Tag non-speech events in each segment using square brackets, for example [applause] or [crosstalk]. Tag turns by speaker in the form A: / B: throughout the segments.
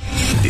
A: The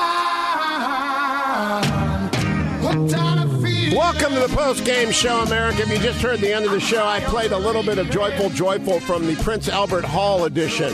B: Welcome to the post game show, America. If you just heard the end of the show, I played a little bit of Joyful Joyful from the Prince Albert Hall edition,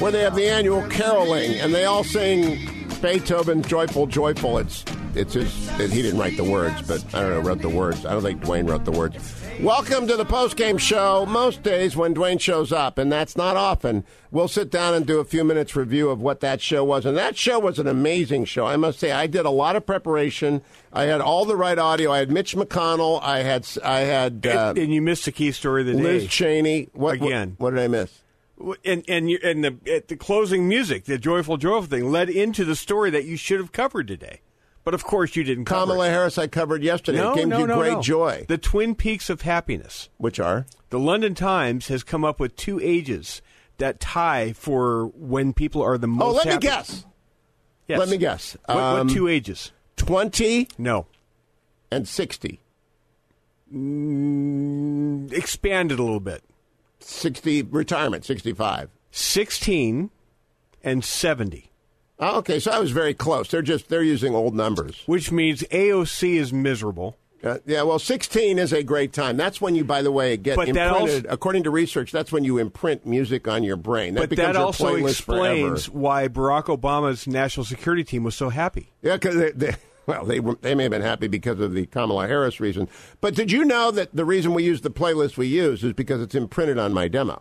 B: where they have the annual caroling and they all sing Beethoven's Joyful Joyful. It's it's his. It, he didn't write the words, but I don't know wrote the words. I don't think Dwayne wrote the words. Welcome to the post game show. Most days when Dwayne shows up, and that's not often, we'll sit down and do a few minutes review of what that show was. And that show was an amazing show. I must say, I did a lot of preparation. I had all the right audio. I had Mitch McConnell. I had I had uh,
C: and, and you missed the key story of the
B: Liz
C: day
B: Cheney. What,
C: Again.
B: What, what did I miss?
C: And and you, and the at the closing music, the joyful joyful thing, led into the story that you should have covered today, but of course you didn't. cover
B: Kamala
C: it.
B: Harris, I covered yesterday.
C: No,
B: it gave
C: no,
B: you
C: no,
B: great
C: no.
B: joy,
C: The twin peaks of happiness.
B: which are
C: The London Times has come up with two ages that tie for when people are the most.
B: oh, let me
C: happy.
B: guess,
C: Yes.
B: let me guess.
C: What,
B: Um,
C: what two ages?
B: twenty
C: No.
B: and sixty.
C: Mm, expand it a little bit.
B: 60 retirement 65
C: Sixteen and seventy.
B: oh, okay so i was very close they're just they're using old numbers
C: which means AOC is miserable.
B: uh, yeah well 16 is a great time that's when you by the way get
C: But that
B: imprinted
C: also-
B: according to research that's when you imprint music on your brain that
C: but
B: becomes
C: that
B: your
C: also
B: playlist
C: explains
B: forever.
C: why Barack Obama's national security team was so happy.
B: yeah because they, they [laughs] well, they were, they may have been happy because of the Kamala Harris reason. But did you know that the reason we use the playlist we use is because it's imprinted on my demo?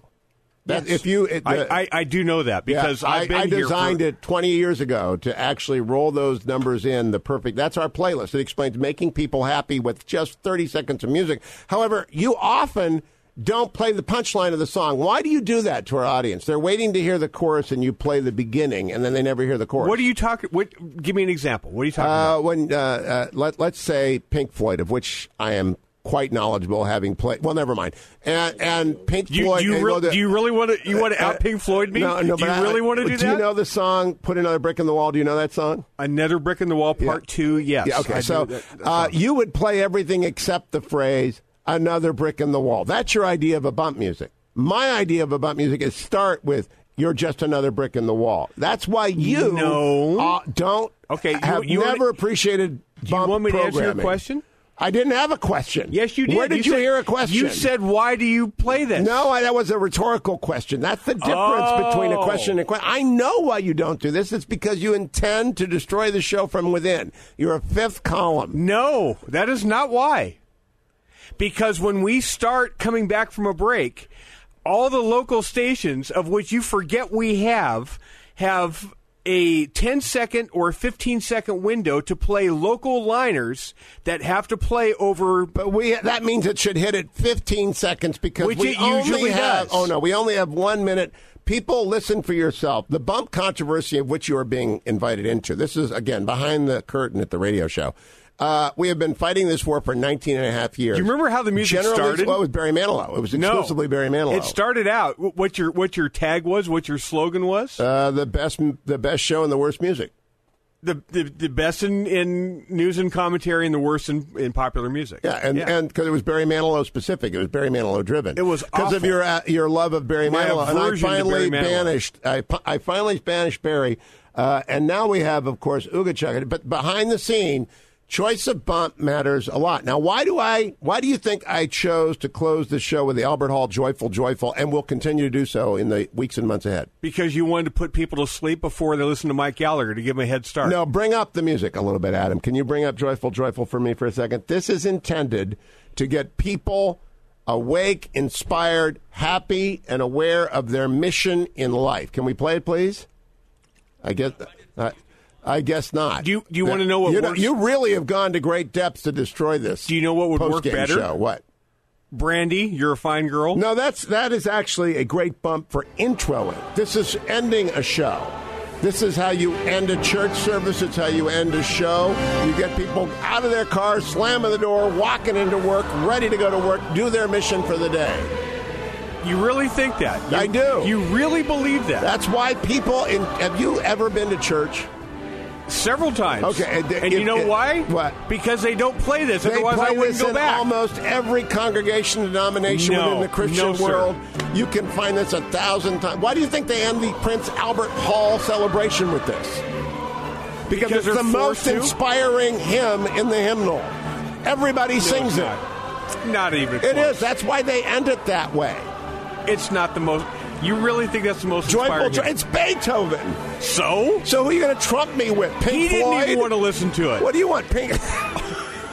B: That if you, it, the-
C: I, I, I do know that
B: Yeah,
C: because
B: I,
C: I've been
B: I
C: here
B: designed
C: for-
B: it 20 years ago to actually roll those numbers in the perfect. That's our playlist. It explains making people happy with just 30 seconds of music. However, you often don't play the punchline of the song. Why do you do that to our audience? They're waiting to hear the chorus, and you play the beginning, and then they never hear the chorus.
C: What are you talking? What? Give me an example. What are you talking about?
B: Uh, when uh, uh, let let's say Pink Floyd, of which I am quite knowledgeable, having played. Well, never mind. And, and Pink
C: Do you-
B: Floyd.
C: do you
B: and
C: re-
B: well, the-
C: do you really wanna- you wanna
B: Uh,
C: out Pink Floyd me?
B: No, no.
C: Do
B: but I-
C: you really wanna do
B: Do you
C: that?
B: know the song "Put Another Brick in the Wall"? Do you know that song?
C: Another brick in the wall, part two. Yes.
B: Yeah,
C: I
B: okay.
C: do
B: So
C: that- that's
B: uh,
C: awesome.
B: you would play everything except the phrase "another brick in the wall." That's your idea of a bump music. My idea of a bump music is start with "You're just another brick in the wall." That's why you
C: No.
B: uh, don't
C: Okay, you-
B: have
C: you wanna-
B: never appreciated.
C: Do you
B: bump
C: want me to answer your
B: programming.
C: question?
B: I didn't have a question.
C: yes, you did.
B: Where did you,
C: said-
B: hear a question?
C: You said, "Why do you play this?"
B: No, I, that was a rhetorical question. That's the difference between a
C: Oh.
B: question and a question. I know why you don't do this. It's because you intend to destroy the show from within. You're a fifth column.
C: No, that is not why. Because when we start coming back from a break, all the local stations, of which you forget we have, have a 10 second or 15 second window to play local liners that have to play over.
B: But we that means it should hit at 15 seconds because
C: Which
B: we
C: it
B: only
C: usually
B: have.
C: does.
B: Oh no, we only have one minute. People, listen for yourself. The bump controversy of which you are being invited into. This is again behind the curtain at the radio show. Uh, we have been fighting this war for 19 and a half years.
C: Do you remember how the music
B: Generally,
C: started?
B: Well, it was Barry Manilow. It was
C: No.
B: exclusively Barry Manilow.
C: It started out wh- what your what your tag was, what your slogan was.
B: uh, the best, the best show and the worst music.
C: the, the the best in, in news and commentary and the worst in, in popular music.
B: Yeah, and and because it was Barry Manilow specific, it was Barry Manilow driven.
C: It was
B: because of
C: awful.
B: your uh, your love of Barry
C: My
B: Manilow, and I
C: aversion to
B: finally
C: Barry Manilow.
B: banished. I, pu- I finally banished Barry, uh, and now we have, of course, Ugachuk. But behind the scene, Choice of bump matters a lot. Now, why do I? Why do you think I chose to close the show with the Albert Hall "Joyful, Joyful" and will continue to do so in the weeks and months ahead?
C: Because you wanted to put people to sleep before they listen to Mike Gallagher to give them a head start.
B: No, bring up the music a little bit, Adam. Can you bring up Joyful, Joyful for me for a second? This is intended to get people awake, inspired, happy, and aware of their mission in life. Can we play it, please? I guess. I, I guess not.
C: Do you- do you wanna know what
B: you, know-
C: works-
B: you really have gone to great depths to destroy this.
C: Do you know what would work
B: post-game
C: better?
B: Show. What?
C: Brandy, you're a fine girl.
B: No, that's that is actually a great bump for introing. This is ending a show. This is how you end a church service. It's how you end a show. You get people out of their cars, slamming the door, walking into work, ready to go to work, do their mission for the day.
C: You really think that?
B: I
C: You-
B: do.
C: You really believe that?
B: That's why people. In, have you ever been to church?
C: Several times.
B: Okay, and
C: And,
B: th-
C: you
B: if-
C: know
B: if-
C: why?
B: what?
C: Because they don't play this. Otherwise,
B: they
C: I
B: play
C: wouldn't
B: this
C: go
B: in
C: back.
B: almost every congregation denomination
C: No,
B: within the Christian
C: no, sir.
B: world. You can find this a thousand times. Why do you think they end the Prince Albert Hall celebration with this? Because,
C: Because
B: it's
C: they're
B: the most
C: forced to?
B: inspiring hymn in the hymnal. Everybody
C: No,
B: sings
C: it's
B: it.
C: not. Not even.
B: It
C: close.
B: is. That's why they end it that way.
C: It's not the most. You really think that's the most
B: Joyful.
C: inspiring
B: Joy-
C: hymn?
B: it's Beethoven.
C: so?
B: So who are you going to trump me with? Pink
C: He didn't
B: Floyd?
C: even want to listen to it.
B: What do you want, pink?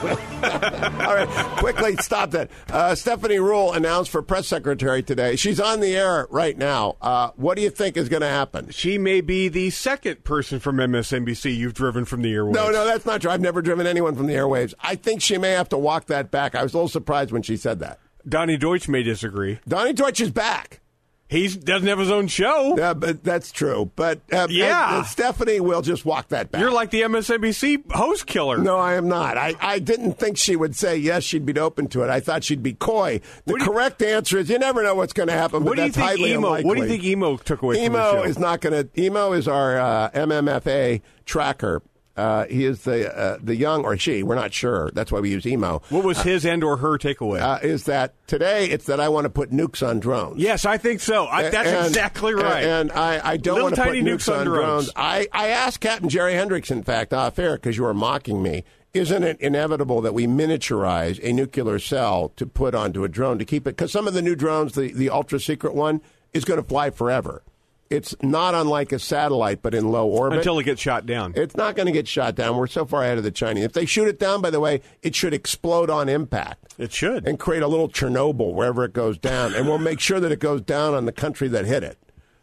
B: All right, quickly stop that. Uh, Stephanie Rule announced for press secretary today. She's on the air right now. Uh, what do you think is going to happen?
C: She may be the second person from MSNBC you've driven from the airwaves.
B: No, no, that's not true. I've never driven anyone from the airwaves. I think she may have to walk that back. I was a little surprised when she said that.
C: Donnie Deutsch may disagree.
B: Donnie Deutsch is back.
C: He doesn't have his own show.
B: Yeah, but that's true. But uh,
C: Yeah.
B: uh, Stephanie will just walk that back.
C: You're like the MSNBC host killer.
B: No, I am not. I, I didn't think she would say yes, she'd be open to it. I thought she'd be coy. The
C: What do you-
B: correct answer is you never know what's going to happen,
C: What
B: but
C: do you
B: that's
C: think
B: highly
C: emo?
B: unlikely.
C: What do you think emo took away from the
B: Emo
C: show?
B: is not going to. Emo is our uh, MMFA tracker. Uh, he is the uh, the young or she. We're not sure. That's why we use emo.
C: what was his and or her takeaway?
B: Uh, is that today? It's that I want to put nukes on drones.
C: yes, I think so. I, that's
B: And-
C: exactly right.
B: And, I, I don't
C: Little
B: want to put
C: tiny
B: nukes, on drones. I, I asked Captain Jerry Hendricks, in fact, off air, because you were mocking me. Isn't it inevitable that we miniaturize a nuclear cell to put onto a drone to keep it? Because some of the new drones, the, the ultra secret one, is going to fly forever. It's not unlike a satellite, but in low orbit.
C: Until it gets shot down.
B: It's not going to get shot down. We're so far ahead of the Chinese. If they shoot it down, by the way, it should explode on impact
C: It should.
B: and create a little Chernobyl wherever it goes down. And we'll make sure that it goes down on the country that hit it.